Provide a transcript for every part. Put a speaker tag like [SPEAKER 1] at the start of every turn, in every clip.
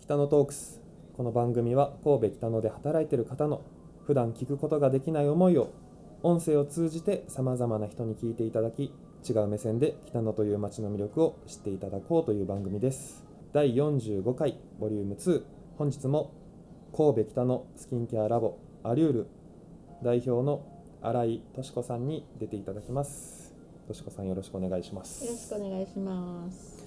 [SPEAKER 1] 北野トークスこの番組は神戸北野で働いている方の普段聞くことができない思いを音声を通じてさまざまな人に聞いていただき違う目線で北野という街の魅力を知っていただこうという番組です第45回ボリューム2本日も神戸北野スキンケアラボアリュール代表の新井敏子さんに出ていただきます敏子さんよろしくお願いします
[SPEAKER 2] よろしくお願いします。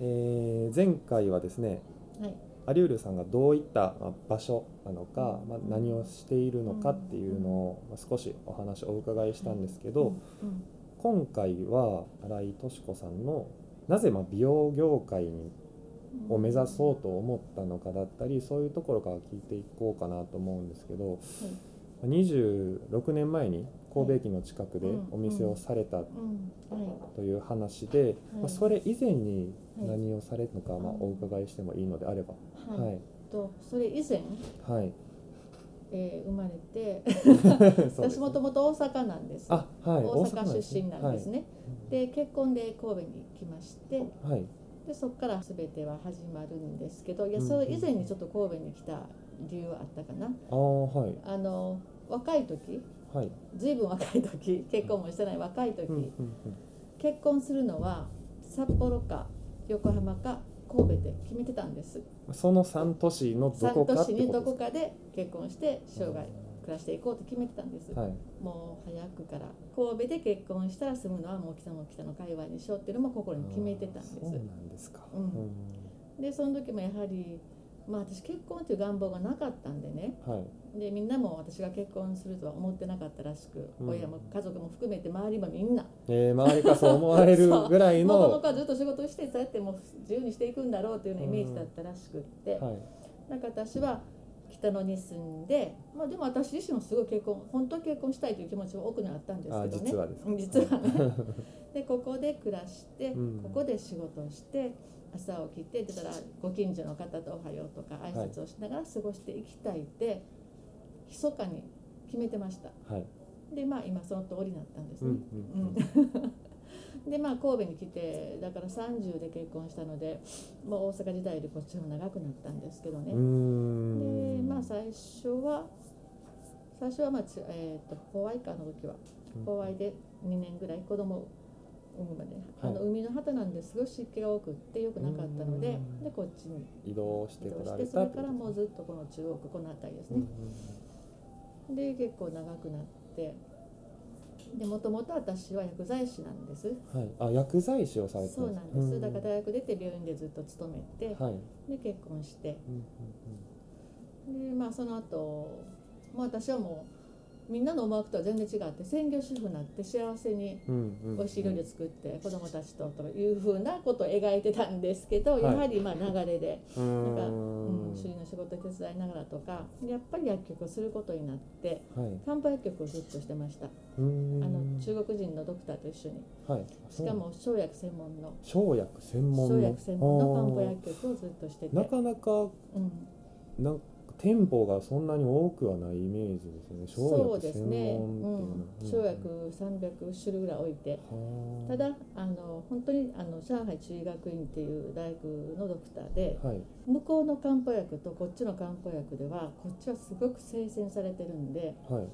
[SPEAKER 1] えー前回はですね
[SPEAKER 2] はい。
[SPEAKER 1] アリュールさんがどういったまあ場所なのか、まあ
[SPEAKER 2] うん
[SPEAKER 1] 何をしているのかっていうのをまあ少しお話をお伺いしたんですけど、
[SPEAKER 2] うん、
[SPEAKER 1] 今回は新井敏子さんのなぜまあ美容業界にを目指そうと思ったのかだったりそういうところから聞いていこうかなと思うんですけど、26年前に神戸駅の近くで
[SPEAKER 2] うん
[SPEAKER 1] お店をされた
[SPEAKER 2] うん、はい。
[SPEAKER 1] という話で、まあ、それ以前に何をされるのか、まあ、お伺いしてもいいのであれば。
[SPEAKER 2] はい。
[SPEAKER 1] はい
[SPEAKER 2] とそれ以前、
[SPEAKER 1] はい
[SPEAKER 2] えー、生まれて、
[SPEAKER 1] そうです
[SPEAKER 2] 私もともと大阪なんです。
[SPEAKER 1] あ、はい、
[SPEAKER 2] 大
[SPEAKER 1] なん
[SPEAKER 2] 阪
[SPEAKER 1] です
[SPEAKER 2] 出
[SPEAKER 1] ね
[SPEAKER 2] 身なんです。ね。
[SPEAKER 1] はい
[SPEAKER 2] で結婚で神戸に来まして、
[SPEAKER 1] はい、
[SPEAKER 2] でそこからすべては始まるんですけど、いや
[SPEAKER 1] うん
[SPEAKER 2] それ以前にちょっと神戸に来た理由はあったかな。
[SPEAKER 1] あーはい
[SPEAKER 2] あの若い時。
[SPEAKER 1] はい、
[SPEAKER 2] ずいぶん若い時結婚もしてない若い時、
[SPEAKER 1] うんうんうん、
[SPEAKER 2] 結婚するのは札幌か横浜か神戸で決めてたんです
[SPEAKER 1] その三都市のどこ
[SPEAKER 2] 3
[SPEAKER 1] か
[SPEAKER 2] 都
[SPEAKER 1] っ
[SPEAKER 2] 市
[SPEAKER 1] て
[SPEAKER 2] に
[SPEAKER 1] こ
[SPEAKER 2] ど
[SPEAKER 1] と
[SPEAKER 2] こ
[SPEAKER 1] で
[SPEAKER 2] かで結婚して
[SPEAKER 1] すか
[SPEAKER 2] 生涯暮らしていこうと決めてたんです、
[SPEAKER 1] はい、
[SPEAKER 2] もう早くから神戸で結婚したら住むのはもう北の北の界隈にしようっていうのも心に決めてたんです
[SPEAKER 1] そうなんですか。
[SPEAKER 2] うんでその時もやはりまあ私結婚という願望がなかったんでね
[SPEAKER 1] うんはい、
[SPEAKER 2] でみんなも私が結婚するとは思ってなかったらしく、
[SPEAKER 1] うん
[SPEAKER 2] 親も家族も含めて周りもみんな
[SPEAKER 1] えー、周りからそう思われ るぐらい
[SPEAKER 2] もうこの
[SPEAKER 1] の。
[SPEAKER 2] 子はずっと仕事してそうやってもう自由にしていくんだろうというようなイメージだったらしくって、
[SPEAKER 1] はい、
[SPEAKER 2] なんか私は北野に住んで、まあ、でも私自身もすごい結婚本当は結婚したいという気持ちも多くにはあったんです
[SPEAKER 1] あ
[SPEAKER 2] けどね
[SPEAKER 1] 実はですか
[SPEAKER 2] うん実 はねでここで暮らして、
[SPEAKER 1] うん
[SPEAKER 2] ここで仕事をして朝起きて出たらご近所の方と「おはよう」とか挨拶をしながら過ごしていきたいって、密かに決めてました
[SPEAKER 1] はい、
[SPEAKER 2] でまあ今その通りになったんです
[SPEAKER 1] うん
[SPEAKER 2] ね、
[SPEAKER 1] うん
[SPEAKER 2] うん でまあ神戸に来てだから30で結婚したのでもう大阪時代よりこっちの方が長くなったんですけど
[SPEAKER 1] う
[SPEAKER 2] ね、
[SPEAKER 1] ん。うーん
[SPEAKER 2] でまあ最初は最初はまあち、えー、とホワイカの時はホワイで2年ぐらい子供を産むまで、あの
[SPEAKER 1] はい
[SPEAKER 2] 海の旗なんですごい湿気が多くってよくなかったので
[SPEAKER 1] うん
[SPEAKER 2] でこっちに
[SPEAKER 1] 移動して
[SPEAKER 2] 移動
[SPEAKER 1] こら
[SPEAKER 2] し
[SPEAKER 1] れた
[SPEAKER 2] てそれ
[SPEAKER 1] って
[SPEAKER 2] から
[SPEAKER 1] こと
[SPEAKER 2] もうずっとこの中央区この辺りです
[SPEAKER 1] うんう
[SPEAKER 2] ね
[SPEAKER 1] ん、
[SPEAKER 2] で結構長くなってでもともと私は薬剤師なんです
[SPEAKER 1] うんはい、あ、薬剤師をされてた
[SPEAKER 2] そうなんです、だから大学出て病院でずっと勤めて、
[SPEAKER 1] はい、
[SPEAKER 2] で結婚して
[SPEAKER 1] うん
[SPEAKER 2] でまあその後、まあ私はもうみんなの思惑とは全然違って専業主婦になって幸せに
[SPEAKER 1] うんうん、うんうん、
[SPEAKER 2] 美味しい料理を作って子供たちとというふうなことを描いてたんですけどやはりまあ流れで、
[SPEAKER 1] うん、
[SPEAKER 2] なんか
[SPEAKER 1] うん
[SPEAKER 2] うん、主人の仕事手伝いながらとかやっぱり薬局をすることになって
[SPEAKER 1] はい、
[SPEAKER 2] 漢方薬局をずっとしてました、
[SPEAKER 1] うーん
[SPEAKER 2] あの中国人のドクターと一緒に
[SPEAKER 1] はい、
[SPEAKER 2] しかも生薬専門の
[SPEAKER 1] 生薬専門の
[SPEAKER 2] 生薬専門の漢方
[SPEAKER 1] あ
[SPEAKER 2] 薬局をずっとして
[SPEAKER 1] ーな
[SPEAKER 2] て。
[SPEAKER 1] かなか
[SPEAKER 2] うん
[SPEAKER 1] なんか店舗がそんなに多くはないイメージですね
[SPEAKER 2] そ
[SPEAKER 1] 生
[SPEAKER 2] うで
[SPEAKER 1] 薬
[SPEAKER 2] す
[SPEAKER 1] 専
[SPEAKER 2] ね、
[SPEAKER 1] 門
[SPEAKER 2] うん
[SPEAKER 1] っていう
[SPEAKER 2] 生
[SPEAKER 1] のは、
[SPEAKER 2] 薬300種類ぐらい置いて
[SPEAKER 1] うん
[SPEAKER 2] ただあの本当にあの上海中医学院っていう大学のドクターで
[SPEAKER 1] ははい
[SPEAKER 2] 向こうの漢方薬とこっちの漢方薬ではこっちはすごく精選されてるんで
[SPEAKER 1] はい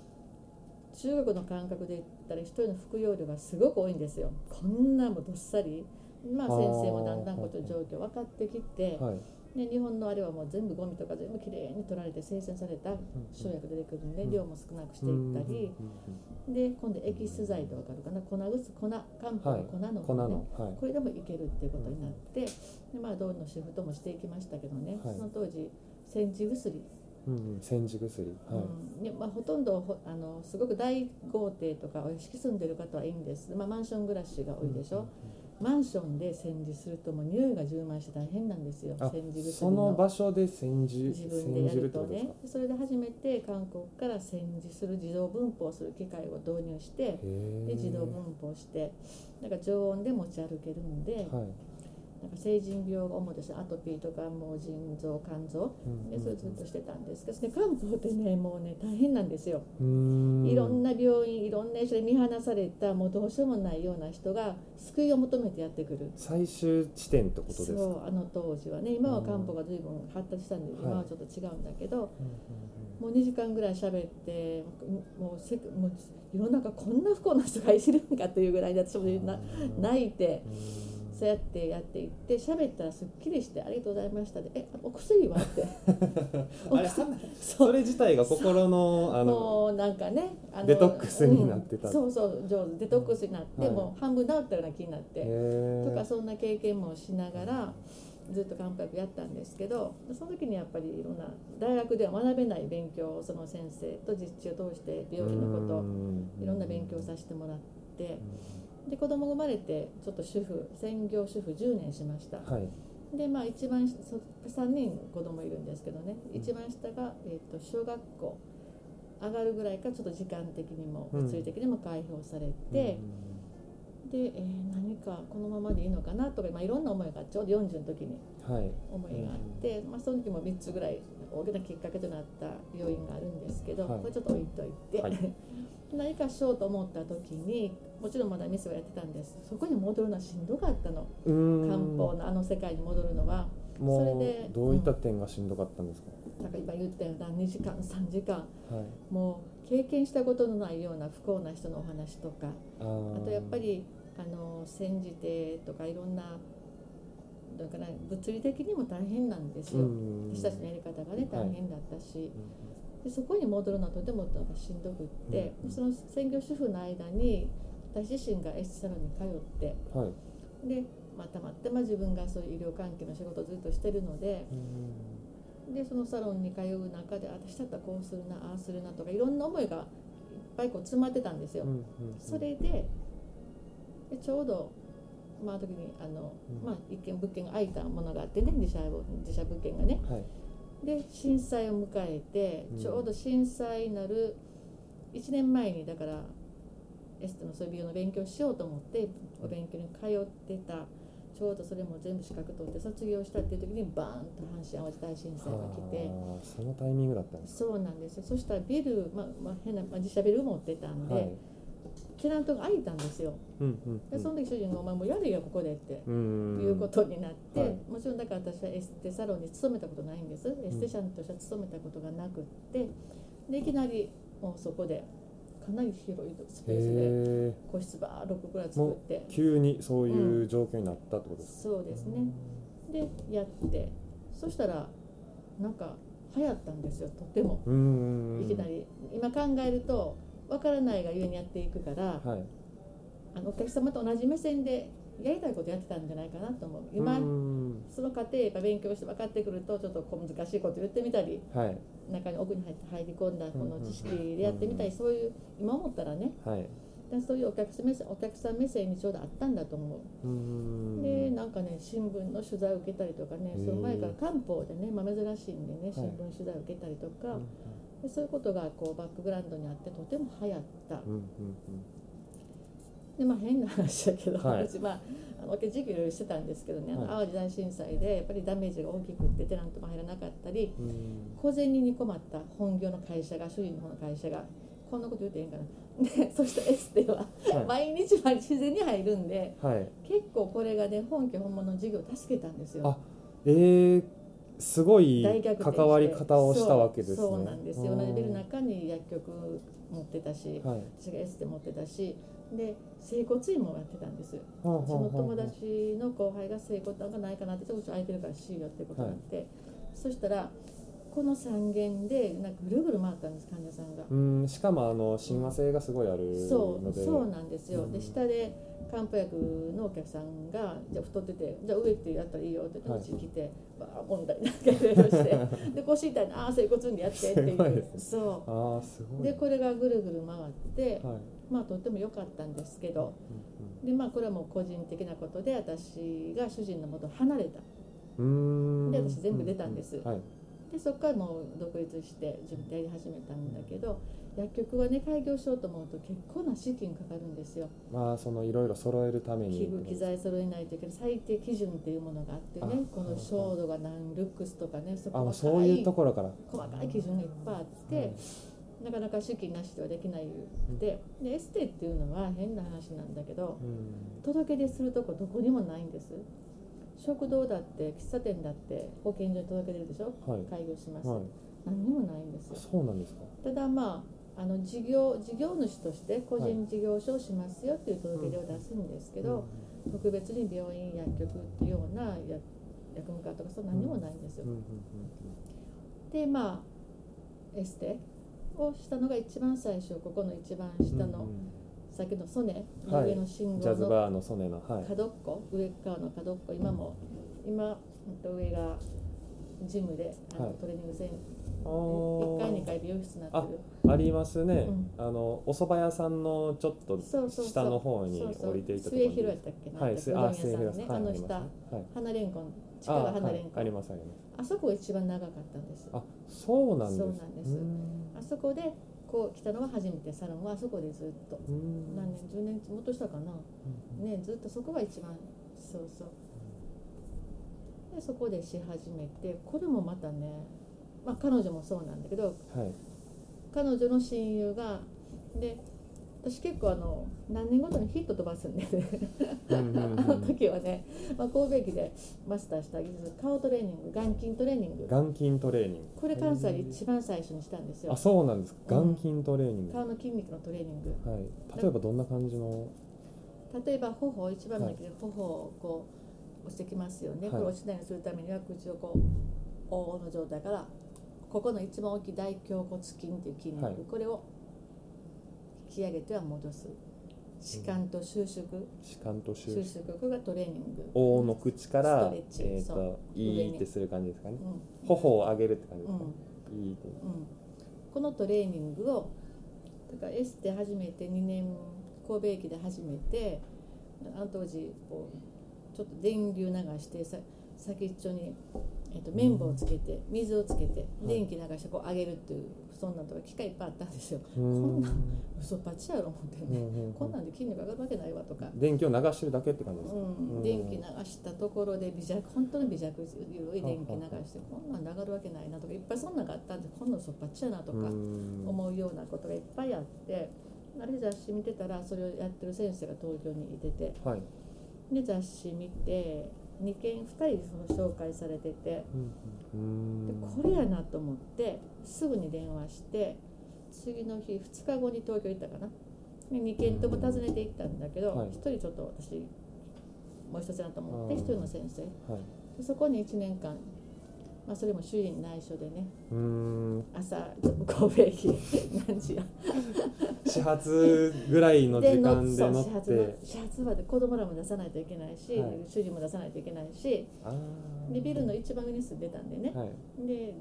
[SPEAKER 2] 中国の感覚で言ったら一人の服用量がすごく多いんですよこんなもうどっさりまあ
[SPEAKER 1] あ
[SPEAKER 2] 先
[SPEAKER 1] ー
[SPEAKER 2] 生もだんだんこと状況分かってきて、
[SPEAKER 1] はい
[SPEAKER 2] ね、日本のあれはもう全部ゴミとか全部きれいに取られて精選された生薬出てくるんで
[SPEAKER 1] うん
[SPEAKER 2] 量も少なくしていったり。
[SPEAKER 1] うんうん
[SPEAKER 2] で今度エキス剤でわかるかな粉靴粉漢方の粉の、
[SPEAKER 1] う
[SPEAKER 2] ね
[SPEAKER 1] ん粉のはい
[SPEAKER 2] これでもいけるっていうことになって、でまあ道理のシフトもしていきましたけどね、
[SPEAKER 1] はい
[SPEAKER 2] その当時煎じ薬、
[SPEAKER 1] うんうん煎じ薬はい
[SPEAKER 2] うんねまあ、ほとんどほあのすごく大豪邸とかお屋敷住んでる方はいいんです、まあ、マンション暮らしが多いでしょ、マンションで煎じするともう匂いが充満して大変なんですよ
[SPEAKER 1] あ
[SPEAKER 2] 煎じ
[SPEAKER 1] そ
[SPEAKER 2] 薬
[SPEAKER 1] の
[SPEAKER 2] の
[SPEAKER 1] 場所で煎じ
[SPEAKER 2] 自分で
[SPEAKER 1] 煎
[SPEAKER 2] や
[SPEAKER 1] じる
[SPEAKER 2] る
[SPEAKER 1] ってこととです
[SPEAKER 2] ね
[SPEAKER 1] か
[SPEAKER 2] それで初めて韓国から煎じする自動分法する機械を導入して
[SPEAKER 1] へー
[SPEAKER 2] で自動分布をしてなんか常温で持ち歩けるんで、
[SPEAKER 1] はい
[SPEAKER 2] なんか成人病が主ですねアトピーとかもう腎臓肝臓
[SPEAKER 1] うん
[SPEAKER 2] でそれずっとしてたんですけど、ね、漢方ってねもうね大変なんですよ、
[SPEAKER 1] うん
[SPEAKER 2] いろんな病院いろんな医者で見放されたもうどうしようもないような人が救いを求めてやってくる
[SPEAKER 1] 最終地点ってことです
[SPEAKER 2] そ
[SPEAKER 1] か
[SPEAKER 2] うあの当時はね今は漢方が随分発達したんで、
[SPEAKER 1] はい
[SPEAKER 2] 今はちょっと違うんだけ
[SPEAKER 1] うん
[SPEAKER 2] ど、もう2時間ぐらい喋ってもうせもう世の中こんな不幸な人がいるんかというぐらいで私も
[SPEAKER 1] うんうん
[SPEAKER 2] な
[SPEAKER 1] うん
[SPEAKER 2] 泣いて
[SPEAKER 1] うん
[SPEAKER 2] そうやってやっていって喋ったらすっきりして「ありがとうございました」で「えお薬は?」って お
[SPEAKER 1] あれ
[SPEAKER 2] 薬
[SPEAKER 1] それ自体が心のあの
[SPEAKER 2] もうなんかねあの
[SPEAKER 1] デトックスになってた
[SPEAKER 2] うんそうそう上手デトックスになって、
[SPEAKER 1] はい
[SPEAKER 2] もう半分治ったような気になって、とか
[SPEAKER 1] と
[SPEAKER 2] そんな経験もしながらずっと漢方薬やったんですけどその時にやっぱりいろんな大学では学べない勉強をその先生と実地を通して病気のこと
[SPEAKER 1] と
[SPEAKER 2] いろんな勉強をさせてもらってで子供が生まれてちょっと主婦専業主婦10年しました
[SPEAKER 1] はい
[SPEAKER 2] でまあ一番下そ3人子供いるんですけどね一番下が、えっと小学校上がるぐらいからちょっと時間的にも
[SPEAKER 1] うん
[SPEAKER 2] 物理的にも解放されて。で、えー何かこのままでいいのかなとか、まあ、いろんな思いがちょうど40の時に
[SPEAKER 1] うんはい
[SPEAKER 2] 思いがあって、まあ、その時も3つぐらい大きなきっかけとなった要因があるんですけど、
[SPEAKER 1] はい
[SPEAKER 2] これちょっと置いといて、
[SPEAKER 1] は
[SPEAKER 2] 何かしようと思った時にもちろんまだ店をやってたんですそこに戻るのはしんどかったの
[SPEAKER 1] う
[SPEAKER 2] 漢
[SPEAKER 1] ん
[SPEAKER 2] 方のあの世界に戻るのは
[SPEAKER 1] も
[SPEAKER 2] それで
[SPEAKER 1] うどういった点がしんどかったんですか
[SPEAKER 2] なんか今言ったような2時間3時間
[SPEAKER 1] はい
[SPEAKER 2] もう経験したことのないような不幸な人のお話とか
[SPEAKER 1] あー
[SPEAKER 2] あとやっぱりあの煎じてとかいろんなだから物理的にも大変なんですよ、
[SPEAKER 1] うん
[SPEAKER 2] 私たちのやり方がね
[SPEAKER 1] はい
[SPEAKER 2] 大変だったし、
[SPEAKER 1] う
[SPEAKER 2] でそこに戻るのはとてもなんかしんどくって、
[SPEAKER 1] うん
[SPEAKER 2] その専業主婦の間に私自身がエステサロンに通って
[SPEAKER 1] んはい
[SPEAKER 2] でまあたまってまあ自分がそういう医療関係の仕事をずっとしてるので
[SPEAKER 1] うん
[SPEAKER 2] でそのサロンに通う中で私だったらこうするなああするなとかいろんな思いがいっぱいこう詰まってたんですよ。
[SPEAKER 1] うんうん
[SPEAKER 2] それででちょうど、まあ、あの時にあの、
[SPEAKER 1] うん
[SPEAKER 2] まあ、一見物件が空いたものがあってね自社を自社物件がね
[SPEAKER 1] はい
[SPEAKER 2] で震災を迎えて
[SPEAKER 1] うん
[SPEAKER 2] ちょうど震災なる1年前にだからエステのそういう美容の勉強しようと思ってお勉強に通ってたちょうどそれも全部資格取って卒業したっていう時にバーンと阪神・淡路大震災が来て。
[SPEAKER 1] あーそのタイミングだったんです
[SPEAKER 2] そうなんですよそしたらビル、まあまあ、変な、まあ、自社ビルを持ってたんで、
[SPEAKER 1] はい
[SPEAKER 2] テナントが空いたんですよ、
[SPEAKER 1] うんうんう
[SPEAKER 2] で
[SPEAKER 1] ん
[SPEAKER 2] その時主人が「お前もうやれよここで」って
[SPEAKER 1] うん
[SPEAKER 2] いうことになって、
[SPEAKER 1] はい
[SPEAKER 2] もちろんだから私はエステサロンに勤めたことないんですエステシャンとしては勤めたことがなくってでいきなりもうそこでかなり広いスペースで
[SPEAKER 1] へ
[SPEAKER 2] 個室ばー6ぐらい作って
[SPEAKER 1] ー急にそういう状況になったってことです
[SPEAKER 2] そうですねでやってそしたらなんか流行ったんですよとても
[SPEAKER 1] うん
[SPEAKER 2] いきなり今考えるとわからないがゆえにやっていくから
[SPEAKER 1] はい
[SPEAKER 2] あのお客様と同じ目線でやりたいことやってたんじゃないかなと思う今
[SPEAKER 1] うん
[SPEAKER 2] その過程やっぱ勉強して分かってくるとちょっと小難しいこと言ってみたり
[SPEAKER 1] はい
[SPEAKER 2] 中に奥に入って入り込んだこの知識
[SPEAKER 1] うんうんうん
[SPEAKER 2] でやってみたりそういう今思ったらね
[SPEAKER 1] はい
[SPEAKER 2] だそういうお客さん目線お客さん目線にちょうどあったんだと思
[SPEAKER 1] う
[SPEAKER 2] う、
[SPEAKER 1] ん
[SPEAKER 2] でなんかね新聞の取材を受けたりとかね
[SPEAKER 1] へえ
[SPEAKER 2] その前から漢方でね、まあ、珍しいんでね
[SPEAKER 1] い
[SPEAKER 2] 新聞取材を受けたりとか、
[SPEAKER 1] うん
[SPEAKER 2] でそういうことがこうバックグラウンドにあってとても流行った
[SPEAKER 1] うん
[SPEAKER 2] でまあ変な話だけど、
[SPEAKER 1] はい
[SPEAKER 2] 私まああの時期いろいろしてたんですけどね、あの
[SPEAKER 1] は
[SPEAKER 2] 淡路大震災でやっぱりダメージが大きくってテナントも入らなかったり
[SPEAKER 1] うんうん
[SPEAKER 2] 小銭に困った本業の会社が主人の方の会社がこんなこと言っていいんかな でそしてエステは
[SPEAKER 1] うんはい
[SPEAKER 2] 毎日毎日自然に入るんで
[SPEAKER 1] はい
[SPEAKER 2] 結構これがね本家本物の事業を助けたんですよ。
[SPEAKER 1] あえーすごい
[SPEAKER 2] 大逆転して
[SPEAKER 1] 関わり方をしたわけですね
[SPEAKER 2] そうそうなんですよ
[SPEAKER 1] うん
[SPEAKER 2] 同じビルの中に薬局持ってたし
[SPEAKER 1] はい
[SPEAKER 2] 私がエステ持ってたしで整骨院もやってたんです
[SPEAKER 1] その
[SPEAKER 2] その友達の後輩が整骨なんかないかなってちょこちょこ空いてるからしいよってことになって、そしたらこの3軒でなんかぐるぐる回ったんです患者さんが、
[SPEAKER 1] うんしかもあの親和性がすごいある
[SPEAKER 2] そ
[SPEAKER 1] ので
[SPEAKER 2] うそうなんですよ、
[SPEAKER 1] う
[SPEAKER 2] で
[SPEAKER 1] ん
[SPEAKER 2] 下で漢方薬のお客さんがじゃあ太っててじゃあ上ってやったらいいよって言
[SPEAKER 1] は
[SPEAKER 2] っ
[SPEAKER 1] い
[SPEAKER 2] てうち来て、バー問題なんかいろいろして で腰痛いなああ整骨院でやってってい
[SPEAKER 1] すごいで
[SPEAKER 2] う
[SPEAKER 1] すね
[SPEAKER 2] そ
[SPEAKER 1] ああす
[SPEAKER 2] う
[SPEAKER 1] ごい
[SPEAKER 2] でこれがぐるぐる回って、
[SPEAKER 1] はい
[SPEAKER 2] まあとっても良かったんですけど
[SPEAKER 1] う
[SPEAKER 2] でまあこれはもう個人的なことで私が主人のもと離れた
[SPEAKER 1] んうんうーん
[SPEAKER 2] で私全部出たんです
[SPEAKER 1] はい
[SPEAKER 2] でそこからもう独立して自分でやり始めたんだけど薬局はね開業しようと思うと結構な資金かかるんですよ
[SPEAKER 1] まあそのいろいろ揃えるために
[SPEAKER 2] 器具機材揃えないといけない最低基準っていうものがあってね
[SPEAKER 1] あ
[SPEAKER 2] この照度が何ルックスとかねそ
[SPEAKER 1] あ
[SPEAKER 2] こ
[SPEAKER 1] も
[SPEAKER 2] は
[SPEAKER 1] うそういうところから
[SPEAKER 2] 細かい基準がいっぱいあって、なかなか資金なしではできないで,、でエステっていうのは変な話なんだけど
[SPEAKER 1] うん
[SPEAKER 2] 届け出するとこどこにもないんです食堂だって喫茶店だって保健所に届け出るでしょ
[SPEAKER 1] はい
[SPEAKER 2] 開業します、
[SPEAKER 1] はい
[SPEAKER 2] 何にもないんですよ
[SPEAKER 1] そうなんですか
[SPEAKER 2] ただまああの事業事業主として個人事業所をしますよっていう届け出を出すんですけど、特別に病院薬局っていうような薬薬務課とかそう何にもないんですよ
[SPEAKER 1] うん、うんうん
[SPEAKER 2] でまあエステをしたのが一番最初ここの一番下
[SPEAKER 1] う
[SPEAKER 2] の、
[SPEAKER 1] ん
[SPEAKER 2] 先のソネ、
[SPEAKER 1] はい
[SPEAKER 2] 上の信
[SPEAKER 1] ジャ
[SPEAKER 2] 号
[SPEAKER 1] ズ
[SPEAKER 2] の
[SPEAKER 1] バーのソネのはい
[SPEAKER 2] 角っこ、上側の角っこ今も今うんと上がジムであの、
[SPEAKER 1] はい
[SPEAKER 2] トレーニングセン
[SPEAKER 1] あ
[SPEAKER 2] 1回
[SPEAKER 1] ー
[SPEAKER 2] 2回美容室になってる
[SPEAKER 1] ありますね、
[SPEAKER 2] うん
[SPEAKER 1] あのお蕎麦屋さんのちょっと
[SPEAKER 2] そうそうそう
[SPEAKER 1] 下の方に
[SPEAKER 2] そうそう
[SPEAKER 1] 降りていったとこ
[SPEAKER 2] 末
[SPEAKER 1] ろ
[SPEAKER 2] 広やったっけな、
[SPEAKER 1] はい
[SPEAKER 2] なんか
[SPEAKER 1] す
[SPEAKER 2] うどん
[SPEAKER 1] あ
[SPEAKER 2] 屋さん
[SPEAKER 1] 末広
[SPEAKER 2] ね、
[SPEAKER 1] さんはい
[SPEAKER 2] あの
[SPEAKER 1] ありますね
[SPEAKER 2] 下
[SPEAKER 1] はい
[SPEAKER 2] 花レンコン
[SPEAKER 1] あ
[SPEAKER 2] 力
[SPEAKER 1] ー
[SPEAKER 2] 花レン
[SPEAKER 1] はい
[SPEAKER 2] コ
[SPEAKER 1] あ
[SPEAKER 2] ン
[SPEAKER 1] りますあります
[SPEAKER 2] あそこが一番長かったんです
[SPEAKER 1] あそうなんです
[SPEAKER 2] そうなんです
[SPEAKER 1] うん
[SPEAKER 2] あそこでこう来たのは初めてサロンはあそこでずっと
[SPEAKER 1] うん
[SPEAKER 2] 何年10年もっとしたかな
[SPEAKER 1] うん
[SPEAKER 2] ねずっとそこが一番そうそうでそこでし始めてこれもまたね、まあ、彼女もそうなんだけど
[SPEAKER 1] はい
[SPEAKER 2] 彼女の親友がで私結構あの何年ごとにヒット飛ばすんでね
[SPEAKER 1] うんう
[SPEAKER 2] あ
[SPEAKER 1] んう
[SPEAKER 2] の
[SPEAKER 1] ん
[SPEAKER 2] 時はね、まあ、神戸駅でマスターした技術顔トレーニング眼筋トレーニング
[SPEAKER 1] 眼筋トレーニング
[SPEAKER 2] これ関西で一番最初にしたんです
[SPEAKER 1] あ
[SPEAKER 2] よ
[SPEAKER 1] そうなんですか
[SPEAKER 2] うん
[SPEAKER 1] 眼筋トレーニング、
[SPEAKER 2] 顔の筋肉のトレーニング
[SPEAKER 1] はい例えばどんな感じの
[SPEAKER 2] 例えば頬一番目で頬をこう押してきますよ
[SPEAKER 1] は
[SPEAKER 2] ね、
[SPEAKER 1] い
[SPEAKER 2] これ落ちないようにするためには口をこうおの状態からここの一番大きい大胸骨筋っていう筋肉、
[SPEAKER 1] はい
[SPEAKER 2] これを引き上げては戻す弛緩と収縮
[SPEAKER 1] 歯間と収
[SPEAKER 2] 収
[SPEAKER 1] 縮
[SPEAKER 2] 縮これがトレーニング、
[SPEAKER 1] おの口か
[SPEAKER 2] ス
[SPEAKER 1] ら
[SPEAKER 2] トレッチ
[SPEAKER 1] えー、
[SPEAKER 2] そ
[SPEAKER 1] といいってする感じですかね
[SPEAKER 2] うん
[SPEAKER 1] 頬を上げるって感じ
[SPEAKER 2] う
[SPEAKER 1] で
[SPEAKER 2] ん
[SPEAKER 1] す
[SPEAKER 2] う
[SPEAKER 1] かね
[SPEAKER 2] ん、
[SPEAKER 1] いいって
[SPEAKER 2] このトレーニングをだからエステ始めて2年神戸駅で始めてあの当時こうちょっと電流流してさ先っちょに、えっと綿棒をつけて水をつけて
[SPEAKER 1] い
[SPEAKER 2] 電気流してこう上げるっていうそんなんとか機械いっぱいあったんですよ
[SPEAKER 1] うーん
[SPEAKER 2] こんな嘘っぱちやろ思って
[SPEAKER 1] う
[SPEAKER 2] ね、
[SPEAKER 1] んうんうん
[SPEAKER 2] こんなんで筋肉上がるわけないわとか。
[SPEAKER 1] 電気を流してるだけって感じですか、
[SPEAKER 2] うん、電気流したところで微弱本当に微弱緩い電気流してこんなんで上がるわけないなとかいっぱいそんなんがあったんでこんなん嘘っぱちやなと
[SPEAKER 1] う
[SPEAKER 2] か
[SPEAKER 1] ーん
[SPEAKER 2] 思うようなことがいっぱいあってある雑誌見てたらそれをやってる先生が東京にいてて
[SPEAKER 1] はい、
[SPEAKER 2] で雑誌見て2件2人その紹介されてて
[SPEAKER 1] うんうん
[SPEAKER 2] で
[SPEAKER 1] うーん
[SPEAKER 2] これやなと思ってすぐに電話して次の日2日後に東京行ったかなで2件とも訪ねて行ったんだけど、
[SPEAKER 1] はい
[SPEAKER 2] 1人ちょっと私もう一つだと思って
[SPEAKER 1] うん
[SPEAKER 2] 1人の先生
[SPEAKER 1] はい、
[SPEAKER 2] でそこに1年間、まあ、それも主人内緒でね
[SPEAKER 1] うーん
[SPEAKER 2] 朝ちょっと神戸駅何時や
[SPEAKER 1] 始発ぐらいの時間で
[SPEAKER 2] そう
[SPEAKER 1] 乗
[SPEAKER 2] 始
[SPEAKER 1] っ
[SPEAKER 2] 発の
[SPEAKER 1] て
[SPEAKER 2] 始発まで子供らも出さないといけないし、
[SPEAKER 1] はい
[SPEAKER 2] 主人も出さないといけないし
[SPEAKER 1] あー
[SPEAKER 2] でビルの一番上に住んでたんでね、
[SPEAKER 1] はい
[SPEAKER 2] で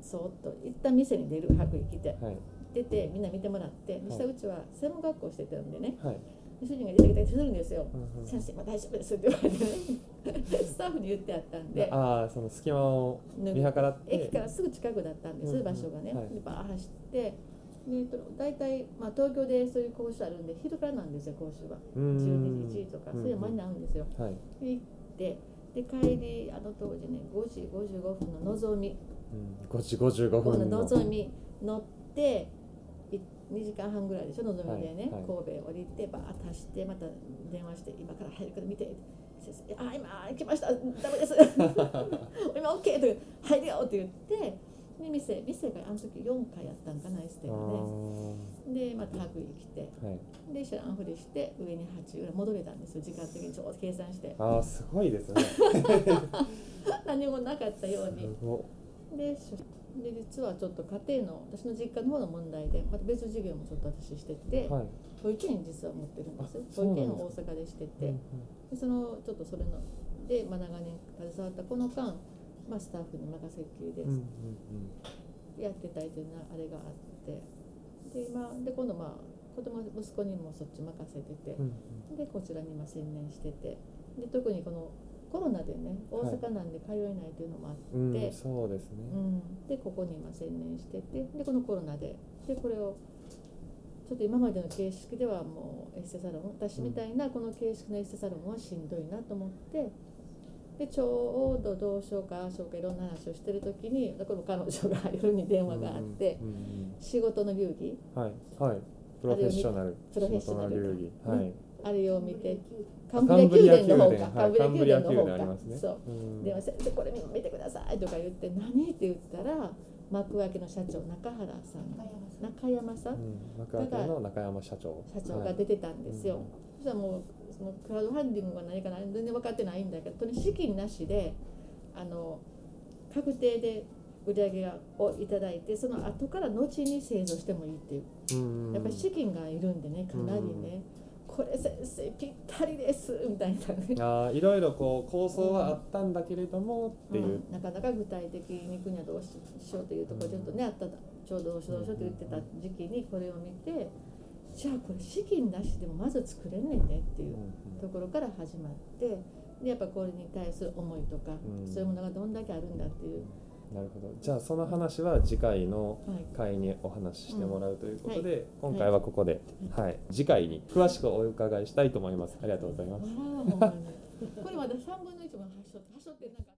[SPEAKER 2] そーっと一旦店に出る白衣着て
[SPEAKER 1] はい
[SPEAKER 2] 出てみんな見てもらってそしたら
[SPEAKER 1] は
[SPEAKER 2] うちは専門学校してたんでね
[SPEAKER 1] はい、
[SPEAKER 2] 主人が出てきたりするんですよ
[SPEAKER 1] うん
[SPEAKER 2] 「
[SPEAKER 1] うん
[SPEAKER 2] 先生今大丈夫です」って言われてね スタッフに言ってあったんで
[SPEAKER 1] ああその隙間を
[SPEAKER 2] 脱
[SPEAKER 1] 見
[SPEAKER 2] ぐ
[SPEAKER 1] 計らって
[SPEAKER 2] 駅からすぐ近くだったんです、
[SPEAKER 1] うんうん
[SPEAKER 2] 場所がね、
[SPEAKER 1] はい
[SPEAKER 2] でバー走ってでと大体、まあ、東京でそういう講習あるんで昼からなんですよ講習は。
[SPEAKER 1] うーん
[SPEAKER 2] 12時1時とかそういう間になるんですよ。
[SPEAKER 1] はい
[SPEAKER 2] で行ってで帰りあの当時ね5時55分ののぞみ
[SPEAKER 1] うん、5時55
[SPEAKER 2] この
[SPEAKER 1] 分
[SPEAKER 2] の
[SPEAKER 1] の
[SPEAKER 2] ぞみ乗ってい2時間半ぐらいでしょのぞみでね、
[SPEAKER 1] はいはい
[SPEAKER 2] 神戸降りてバーッと走ってまた電話して「今から入るから見て」先生あ今来ましたダメです今 OK」と「入るよ」って言ってで店店があの時4回やったんかなエステ
[SPEAKER 1] あ
[SPEAKER 2] がね
[SPEAKER 1] ー
[SPEAKER 2] でまた白衣着て
[SPEAKER 1] はい、
[SPEAKER 2] で知らんふりして上に8ぐらい戻れたんですよ時間的にちょうど計算して
[SPEAKER 1] あーすごいですね
[SPEAKER 2] 何もなかったよう
[SPEAKER 1] す
[SPEAKER 2] に
[SPEAKER 1] ご
[SPEAKER 2] でしで実はちょっと家庭の私の実家の方の問題でまた別の事業もちょっと私してて、
[SPEAKER 1] いはい
[SPEAKER 2] 保育園実は持ってるんです
[SPEAKER 1] あそう
[SPEAKER 2] 保
[SPEAKER 1] なん
[SPEAKER 2] 育
[SPEAKER 1] です
[SPEAKER 2] 園
[SPEAKER 1] か
[SPEAKER 2] を大阪でして
[SPEAKER 1] う
[SPEAKER 2] て
[SPEAKER 1] ん
[SPEAKER 2] でそのちょっとそれので、まあ、長年携わったこの間、まあ、スタッフに任せっきりで
[SPEAKER 1] うんうん
[SPEAKER 2] やってたいというなあれがあってで今で今度まあ子供息子にもそっち任せてて
[SPEAKER 1] うんうんうん
[SPEAKER 2] でこちらに今専念しててで特にこのコロナでね大阪なんで通えないというのもあって、
[SPEAKER 1] うん
[SPEAKER 2] で
[SPEAKER 1] そうですね、
[SPEAKER 2] うん、でここに今専念しててでこのコロナででこれをちょっと今までの形式ではもうエステサロン私みたいなこの形式のエステサロンはしんどいなと思ってでちょうどどうしようかああしようかいろんな話をしてる時にだから彼女が夜に電話があって
[SPEAKER 1] うんうん
[SPEAKER 2] 仕事の流儀
[SPEAKER 1] うんはいはいプロフェッショナル
[SPEAKER 2] プロフェッショナル
[SPEAKER 1] 仕事の流儀はい、
[SPEAKER 2] あれを見てカ
[SPEAKER 1] あ
[SPEAKER 2] ンブリア宮殿の方か
[SPEAKER 1] カンブリア宮殿はい
[SPEAKER 2] カ
[SPEAKER 1] カンブリア宮殿あり
[SPEAKER 2] ンブリア宮殿の
[SPEAKER 1] ます
[SPEAKER 2] 方か
[SPEAKER 1] ね
[SPEAKER 2] そう
[SPEAKER 1] うん
[SPEAKER 2] 電話して「これ見てください」とか言って「何?」って言ったら幕開けの社長中原さん中山さ
[SPEAKER 1] うんん、幕開けの中山社長
[SPEAKER 2] 社長が
[SPEAKER 1] はい
[SPEAKER 2] 出てたんですよ、
[SPEAKER 1] はいうん
[SPEAKER 2] そしたらもうそのクラウドファンディングが何かな全然分かってないんだけどとに資金なしであの確定で売り上げをいただいてその後から後に製造してもいいっていう
[SPEAKER 1] うん
[SPEAKER 2] やっぱり資金がいるんでねかなりね、これ先生ぴったりですみたいなね
[SPEAKER 1] あーいろいろこう構想はあったんだけれどもっていう、
[SPEAKER 2] うんなかなか具体的に国はどうしようというところちょっとね、あったちょうどどうしようどうしようと言ってた時期にこれを見てじゃあこれ資金なしでもまず作れんねんねっ
[SPEAKER 1] う
[SPEAKER 2] てい
[SPEAKER 1] ん
[SPEAKER 2] うところから始まってでやっぱこれに対する思いとか、
[SPEAKER 1] うん
[SPEAKER 2] そういうものがどんだけあるんだっていう、
[SPEAKER 1] なるほどじゃあその話は次回の
[SPEAKER 2] はい、
[SPEAKER 1] 会にお話ししてもらうということで、
[SPEAKER 2] んはい
[SPEAKER 1] 今回はここで、はい次回に詳しくお伺いしたいと思いますありがとうございます
[SPEAKER 2] 笑うわほんまにこれまだ3分の1も発症発症ってなかった。